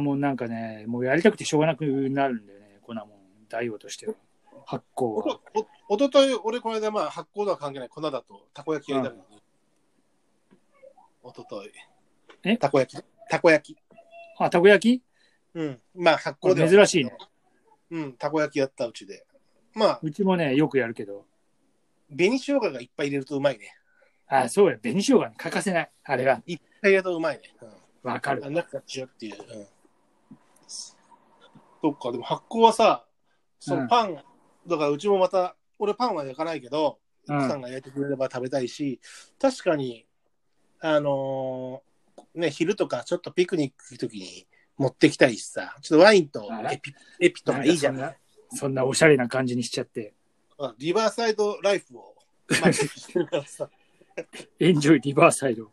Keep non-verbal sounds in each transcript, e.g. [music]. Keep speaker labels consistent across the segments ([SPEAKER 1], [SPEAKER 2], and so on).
[SPEAKER 1] もんなんかね、もうやりたくてしょうがなくなるんだよね、粉もん。代用としては。発酵は。
[SPEAKER 2] おおととい、俺、この間、まあ、発酵とは関係ない、粉だと、たこ焼きやりたくなる。おととい。
[SPEAKER 1] え
[SPEAKER 2] たこ焼き。たこ焼き。
[SPEAKER 1] あ、たこ焼き
[SPEAKER 2] うん。まあ、発
[SPEAKER 1] こ
[SPEAKER 2] 酵で
[SPEAKER 1] れ
[SPEAKER 2] は
[SPEAKER 1] 珍しいね。。
[SPEAKER 2] うん、たこ焼きやったうちで。まあ、
[SPEAKER 1] うちもね、よくやるけど。
[SPEAKER 2] 紅生姜がいっぱい入れるとうまいね。
[SPEAKER 1] あ、そうや、紅生姜に欠かせない。あれは。
[SPEAKER 2] いっぱい入れるとうまいね。うん
[SPEAKER 1] わかる。
[SPEAKER 2] あ、なんか違うっていう。うん。そっか、でも発酵はさ、そうの
[SPEAKER 1] ん
[SPEAKER 2] パン、だからうちもまた、俺パンは焼かないけど、
[SPEAKER 1] うん
[SPEAKER 2] 奥さんが焼いてくれれば食べたいし、確かに、あのーね、昼とかちょっとピクニック行くときに持ってきたいしさ、ちょっとワインと
[SPEAKER 1] あら
[SPEAKER 2] エピエピとかいいじゃん。
[SPEAKER 1] なんかそんな。そんなおしゃれな感じにしちゃって。
[SPEAKER 2] うんリバーサイドライフを、まあ、してるから
[SPEAKER 1] [laughs]
[SPEAKER 2] さ、
[SPEAKER 1] エンジョイリバーサイド。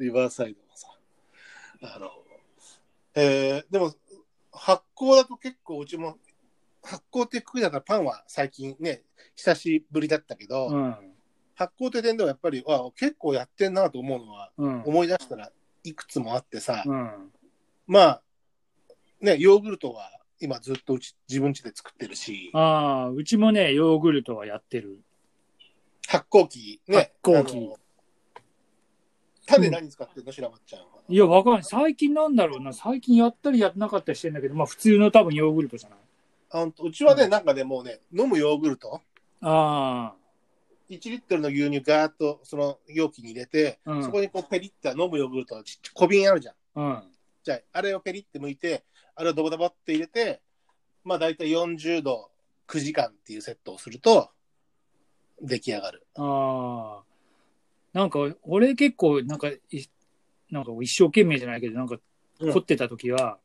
[SPEAKER 2] リバーサイドもさ、あの、えーでも、発酵だと結構うちも、発酵って食いだからパンは最近ね、久しぶりだったけど、
[SPEAKER 1] うん。
[SPEAKER 2] 発酵って点ではやっぱり、わあ、結構やってんなと思うのは、
[SPEAKER 1] うん。
[SPEAKER 2] 思い出したらいくつもあってさ、
[SPEAKER 1] うん。
[SPEAKER 2] まあ、ね、ヨーグルトは今ずっとうち自分家で作ってるし、
[SPEAKER 1] ああ、うちもね、ヨーグルトはやってる。
[SPEAKER 2] 発酵機、ね、
[SPEAKER 1] 発酵機
[SPEAKER 2] あの。種何使ってんの、白松ちゃんは。
[SPEAKER 1] いや、わかんない。最近なんだろうな。最近やったりやってなかったりしてんだけど、まあ普通の多分ヨーグルトじゃない。
[SPEAKER 2] あほんとうちはね、
[SPEAKER 1] うん
[SPEAKER 2] なんかね、もうね、飲むヨーグルト、
[SPEAKER 1] あ
[SPEAKER 2] 1リットルの牛乳ガーッとその容器に入れて、
[SPEAKER 1] うん
[SPEAKER 2] そこにこうペリッて飲むヨーグルトのちっちゃい小瓶あるじゃん。
[SPEAKER 1] あ、うん。
[SPEAKER 2] じゃあ、あれをペリッて剥いて、あれをドボドボって入れて、まあ大体40度9時間っていうセットをすると、出来上がる。
[SPEAKER 1] ああ。なんか、俺結構、なんか、いなんか一生懸命じゃないけど、なんか
[SPEAKER 2] うん
[SPEAKER 1] 凝ってた時は、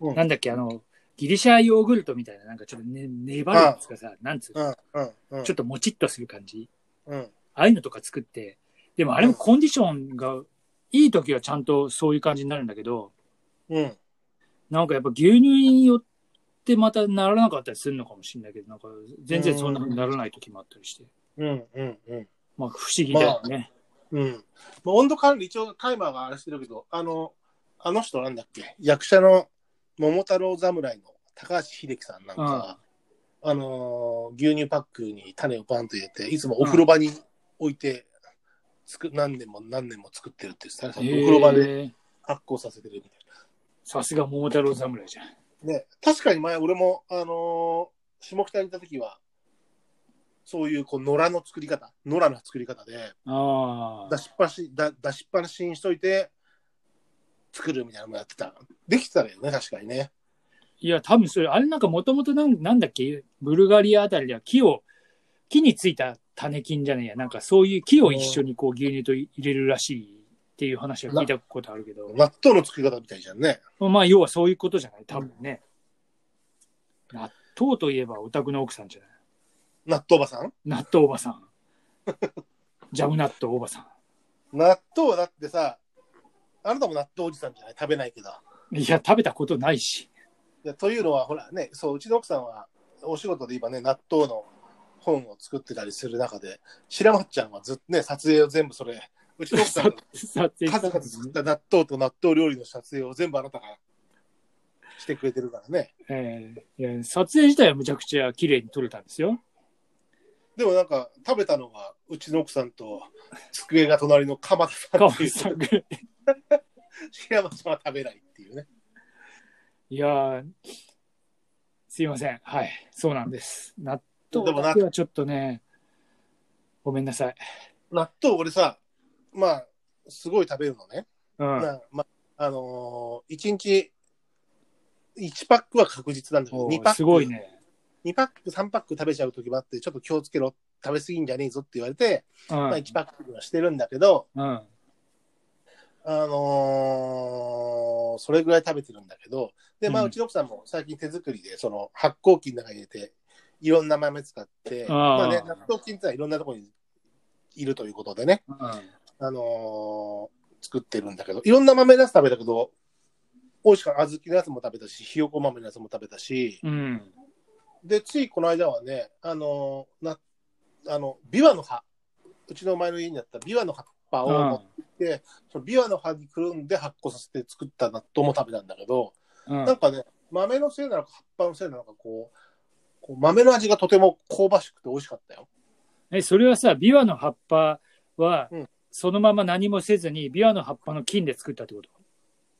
[SPEAKER 2] うん
[SPEAKER 1] なんだっけ、あの、ギリシャヨーグルトみたいな、なんかちょっとね、粘るんですかさ、なんつう
[SPEAKER 2] う
[SPEAKER 1] の、
[SPEAKER 2] ん、うん、うん。
[SPEAKER 1] ちょっともちっとする感じ。
[SPEAKER 2] うん、
[SPEAKER 1] ああいうのとか作って、でもあれもコンディションがいい時はちゃんとそういう感じになるんだけど、
[SPEAKER 2] うん。
[SPEAKER 1] なんかやっぱ牛乳によってまたならなかったりするのかもしれないけど、なんか全然そんな風にならない時もあったりして、
[SPEAKER 2] うん、うん、うん。
[SPEAKER 1] まあ不思議だよね。
[SPEAKER 2] うん。まあ、温度管理、一応タイマーがあれしてるけど、あの、あの人なんだっけ役者の桃太郎侍の高橋秀樹さんなんかは、あのー牛乳パックに種をバンと入れて、いつもお風呂場に置いて、つく何年も何年も作ってるって言ってた、
[SPEAKER 1] へ
[SPEAKER 2] ね、
[SPEAKER 1] ー
[SPEAKER 2] お風呂場で発酵させてるみたい
[SPEAKER 1] さすが桃太郎侍じゃん。
[SPEAKER 2] な。ね、確かに前、俺も、あのー下北にいた時は、そういう、こう、野良の作り方、野良の作り方で、
[SPEAKER 1] あ
[SPEAKER 2] 出しっぱなし、だ出しっぱなしにしといて、作るみたいなのもやってた。できてたよね、確かにね。
[SPEAKER 1] いや、多分それ、あれなんかもともとなんなんだっけ、ブルガリアあたりでは木を、木についた種菌じゃねえや、なんかそういう木を一緒にこう牛乳と入れるらしいっていう話は聞いたことあるけど、
[SPEAKER 2] 納豆の作り方みたいじゃんね。
[SPEAKER 1] まあ要はそういうことじゃない、多分ね。納豆といえばお宅の奥さんじゃない。
[SPEAKER 2] 納豆おばさん
[SPEAKER 1] 納豆お
[SPEAKER 2] [laughs]
[SPEAKER 1] ばさん。ジャム納豆おばさ
[SPEAKER 2] 納豆はだってさ、あなたも納豆おじさんじゃない食べないけど。
[SPEAKER 1] ん。いや、食べたことない
[SPEAKER 2] [laughs]
[SPEAKER 1] し。
[SPEAKER 2] でというのは、ほらね、そう、うちの奥さんは、お仕事で今ね、納豆の本を作ってたりする中で、白松ちゃんはずっとね、撮影を全部それ、うちの奥さんが
[SPEAKER 1] 撮影した
[SPEAKER 2] 数々作った納豆と納豆料理の撮影を全部あなたがしてくれてるからね。
[SPEAKER 1] ええいや撮影自体はむちゃくちゃ綺麗に撮れたんですよ。
[SPEAKER 2] でもなんか、食べたのが、うちの奥さんと、机が隣の鎌田さん
[SPEAKER 1] 川
[SPEAKER 2] ってい
[SPEAKER 1] 口
[SPEAKER 2] う、
[SPEAKER 1] さんが
[SPEAKER 2] 白松さんは食べないっていうね。
[SPEAKER 1] いやー、すいません。はい、そうなんです。納
[SPEAKER 2] で
[SPEAKER 1] 豆
[SPEAKER 2] もな
[SPEAKER 1] だけはちょっとね、ごめんなさい。
[SPEAKER 2] 納豆俺さ、まあ、すごい食べるのね。
[SPEAKER 1] うん。
[SPEAKER 2] まあ、まあ、あのー、1日、1パックは確実なんだけど、
[SPEAKER 1] お
[SPEAKER 2] 2
[SPEAKER 1] ー
[SPEAKER 2] パック、
[SPEAKER 1] すごいね。
[SPEAKER 2] 2パック、3パック食べちゃう時もあって、ちょっと気をつけろ、食べ過ぎんじゃねえぞって言われて、
[SPEAKER 1] うん。
[SPEAKER 2] まあ1パックはしてるんだけど、
[SPEAKER 1] うん。
[SPEAKER 2] あのーそれぐらい食べてるんだけど、で、まあ、
[SPEAKER 1] うん
[SPEAKER 2] うちの奥さんも最近手作りで、その発酵菌の中に入れて、いろんな豆使って、
[SPEAKER 1] あー
[SPEAKER 2] まあね、納豆菌ってのはいろんなところにいるということでね、
[SPEAKER 1] うん
[SPEAKER 2] あのー作ってるんだけど、いろんな豆のやつ食べたけど、美味しかった。小豆のやつも食べたし、ひよこ豆のやつも食べたし、
[SPEAKER 1] うん。
[SPEAKER 2] で、ついこの間はね、あのーな、あの、ビワの葉、うちの前の家にあったビワの葉っぱを
[SPEAKER 1] う
[SPEAKER 2] 持っ
[SPEAKER 1] ん
[SPEAKER 2] て、そのビワの葉にくるんで発酵させて作った納豆も食べたんだけど、
[SPEAKER 1] うん
[SPEAKER 2] なんかね、豆のせいなのか葉っぱのせいなのか、こう、こう豆の味がとても香ばしくて美味しかったよ。
[SPEAKER 1] え、それはさ、ビワの葉っぱは
[SPEAKER 2] うん、
[SPEAKER 1] そのまま何もせずに、ビワの葉っぱの菌で作ったってこと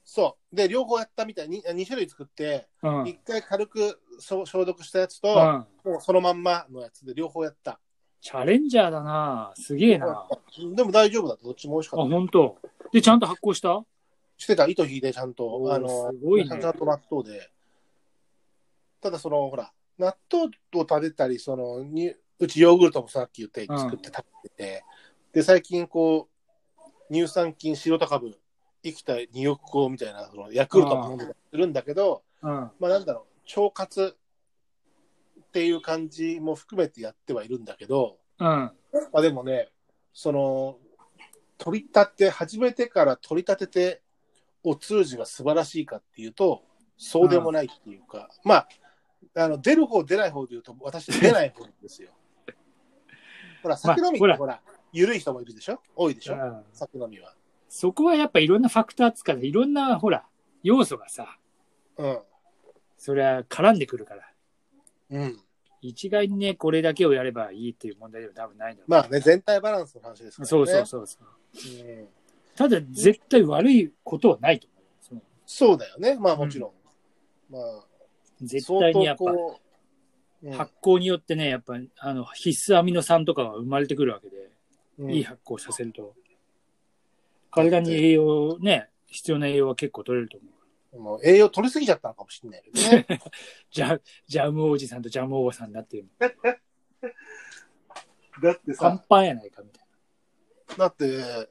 [SPEAKER 2] そう。で、両方やったみたいに、2種類作って、
[SPEAKER 1] うん。うん
[SPEAKER 2] 一回軽くそう消毒したやつと、もうそのまんまのやつで両方やった。
[SPEAKER 1] チャレンジャーだなすげえなあ、
[SPEAKER 2] でも大丈夫だった。どっちも美味しかった。
[SPEAKER 1] 本当。で、ちゃんと発酵した
[SPEAKER 2] してた、糸引いてちゃんと
[SPEAKER 1] お、ー
[SPEAKER 2] あの、
[SPEAKER 1] すごいね
[SPEAKER 2] ちゃんと納豆で。ただ、その、ほら、納豆を食べたり、その、にうちヨーグルトもさっき言って
[SPEAKER 1] うん
[SPEAKER 2] 作って食べてて、で、最近こう、乳酸菌、白タ株、生きた入浴口みたいな、そのヤクルトも飲んでたりするんだけど、
[SPEAKER 1] うん。
[SPEAKER 2] まあなんだろう、腸活っていう感じも含めてやってはいるんだけど、
[SPEAKER 1] うん。
[SPEAKER 2] まあでもね、その、取り立て、始めてから取り立てて、お通じが素晴らしいかっていうと、そうでもないっていうか、まあ、あの出る方出ない方で言うと、私出ない方です
[SPEAKER 1] [laughs]
[SPEAKER 2] よ。ほら、酒飲みって、
[SPEAKER 1] ほら
[SPEAKER 2] ほら、緩い人もいるでしょ多いでしょ
[SPEAKER 1] うん
[SPEAKER 2] 酒飲みは。
[SPEAKER 1] そこはやっぱいろんなファクターつかいろんな、ほら、要素がさ、
[SPEAKER 2] うん。
[SPEAKER 1] そりゃ絡んでくるから。
[SPEAKER 2] うん。
[SPEAKER 1] 一概にね、これだけをやればいいっていう問題では多分ないんだろう
[SPEAKER 2] まあね、全体バランスの話ですからね。
[SPEAKER 1] そうそうそうそう。
[SPEAKER 2] うん
[SPEAKER 1] ただ、絶対悪いことはないと思う。その
[SPEAKER 2] そうだよね。まあもちろん。まあ、
[SPEAKER 1] 絶対にやっぱ
[SPEAKER 2] 相当、こう
[SPEAKER 1] 発酵によってね、やっぱ、あの、必須アミノ酸とかが生まれてくるわけで、
[SPEAKER 2] うん
[SPEAKER 1] いい発酵させると。体に栄養、ね、必要な栄養は結構取れると思う。
[SPEAKER 2] うんもう栄養取りすぎちゃったのかもしれないけどね。
[SPEAKER 1] ジャジャムおじさんとジャムおばさんになってる。
[SPEAKER 2] だって
[SPEAKER 1] パンパンやないかみたい
[SPEAKER 2] だって、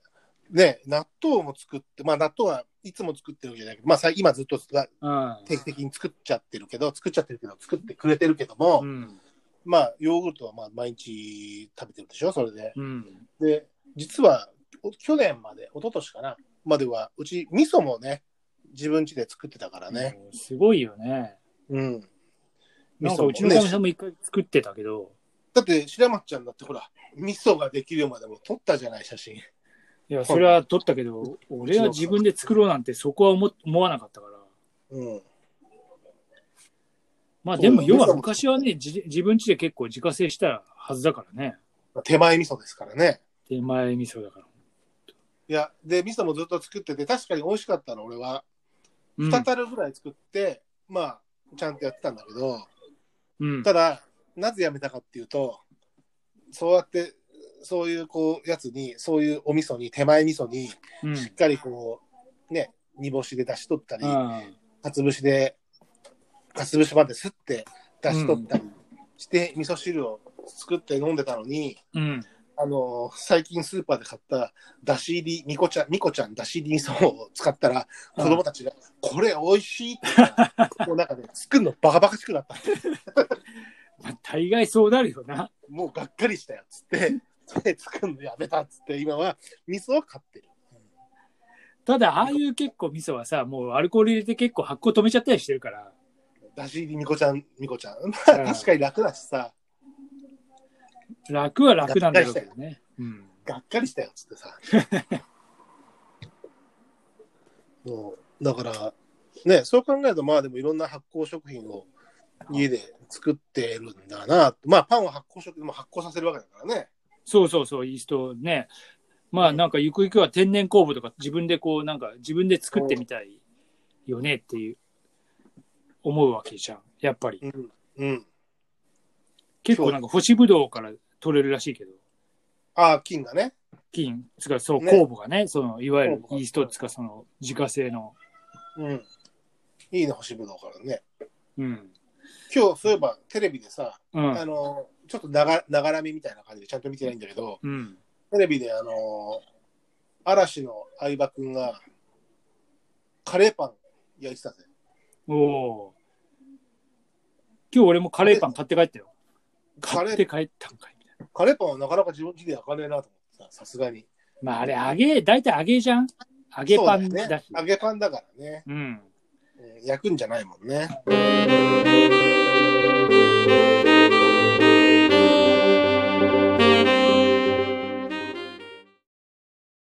[SPEAKER 2] ね、納豆も作って、まあ納豆はいつも作ってるわけじゃないけど、まあさ今ずっと
[SPEAKER 1] な。
[SPEAKER 2] 定期的に作っちゃってるけど、作っちゃってるけど、作ってくれてるけども、
[SPEAKER 1] うん。うん。
[SPEAKER 2] まあヨーグルトはまあ毎日食べてるでしょ、それで。
[SPEAKER 1] うん。
[SPEAKER 2] で、実はお去年まで、一昨年かな、までは、うち味噌もね、自分家で作ってたからね。
[SPEAKER 1] もうすごいよね。
[SPEAKER 2] うん。
[SPEAKER 1] なんかうちの
[SPEAKER 2] 味噌もね
[SPEAKER 1] かみさんも一回作ってたけど、
[SPEAKER 2] だって白松ちゃんだってほら、味噌ができるまでも撮ったじゃない、写真。
[SPEAKER 1] いや、それは取ったけど、俺は自分で作ろうなんてそこは思思わなかったから。
[SPEAKER 2] うん。
[SPEAKER 1] まあ
[SPEAKER 2] そう
[SPEAKER 1] でも、要は
[SPEAKER 2] そう
[SPEAKER 1] 昔はね、じ自分家で結構自家製したはずだからね。
[SPEAKER 2] 手前味噌ですからね。
[SPEAKER 1] 手前味噌だから。
[SPEAKER 2] いや、で、味噌もずっと作ってて、確かに美味しかったの、俺は。
[SPEAKER 1] うん
[SPEAKER 2] 二樽ぐらい作って、まあ、ちゃんとやってたんだけど、
[SPEAKER 1] うん。
[SPEAKER 2] ただ、なぜやめたかっていうと、そうやって、そういうこう、やつに、そういうお味噌に、手前味噌に、
[SPEAKER 1] うん。
[SPEAKER 2] しっかりこう、ね、煮干しで出し取ったり、
[SPEAKER 1] うん
[SPEAKER 2] かつぶしで、かつぶしまですって出し取ったりして、味噌汁を作って飲んでたのに、
[SPEAKER 1] うん。
[SPEAKER 2] あのー最近スーパーで買った、だし入り、みこちゃん、みこちゃんだし入り味噌を使ったら、
[SPEAKER 1] うん
[SPEAKER 2] 子供たちが、これ美味しいって言ったら、もうなんかね、作るのバカバカしくなった。
[SPEAKER 1] まあ大概そうなるよな。
[SPEAKER 2] もうがっかりしたよ、つって。で、作るのやめたっつって、今は味噌を買ってる。
[SPEAKER 1] ただ、ああいう結構味噌はさ、もうアルコール入れて結構発酵止めちゃったりしてるから。
[SPEAKER 2] だし入りみこちゃん、みこちゃん。まあ、 [laughs] 確かに楽だしさ、
[SPEAKER 1] 楽は楽なんだろうけどね。うん。
[SPEAKER 2] がっかりしたよっつって
[SPEAKER 1] [laughs]
[SPEAKER 2] さ。もうだから、ね、そう考えると、まあでもいろんな発酵食品を家で作ってるんだなと。まあパンは発酵食品も発酵させるわけだからね。
[SPEAKER 1] そうそうそう、イーストね。まあなんかゆくゆくは天然酵母とか自分でこうなんか自分で作ってみたいよねっていう思うわけじゃん。やっぱり。
[SPEAKER 2] うん。うん。
[SPEAKER 1] 結構なんか干しぶどうから取れるらしいけど。
[SPEAKER 2] ああ、菌がね。
[SPEAKER 1] 菌、つかそう、
[SPEAKER 2] ね
[SPEAKER 1] 酵母がね、そのいわゆる
[SPEAKER 2] 酵母が
[SPEAKER 1] イーストつかその自家製の。
[SPEAKER 2] うん。いいね、干しぶどうからね。
[SPEAKER 1] うん。
[SPEAKER 2] 今日、そういえばテレビでさ、
[SPEAKER 1] うん
[SPEAKER 2] あ。の、ちょっとながながらみみたいな感じでちゃんと見てないんだけど、
[SPEAKER 1] うん。
[SPEAKER 2] テレビであの、嵐の相葉くんが、カレーパン焼いてたぜ。
[SPEAKER 1] おおー。今日俺もカレーパン買って帰ったよ。
[SPEAKER 2] カレ
[SPEAKER 1] 買
[SPEAKER 2] ー
[SPEAKER 1] って帰ったんかいみたいな。
[SPEAKER 2] カレーパンはなかなか自分家で焼かねえなと思ってさ、さすがに。
[SPEAKER 1] まああれ揚げ、大体揚げじゃん揚げパン
[SPEAKER 2] そうだ
[SPEAKER 1] だ
[SPEAKER 2] よね
[SPEAKER 1] し。。
[SPEAKER 2] 揚げパンだからね。
[SPEAKER 1] うん。
[SPEAKER 2] うん焼くんじゃないもんね。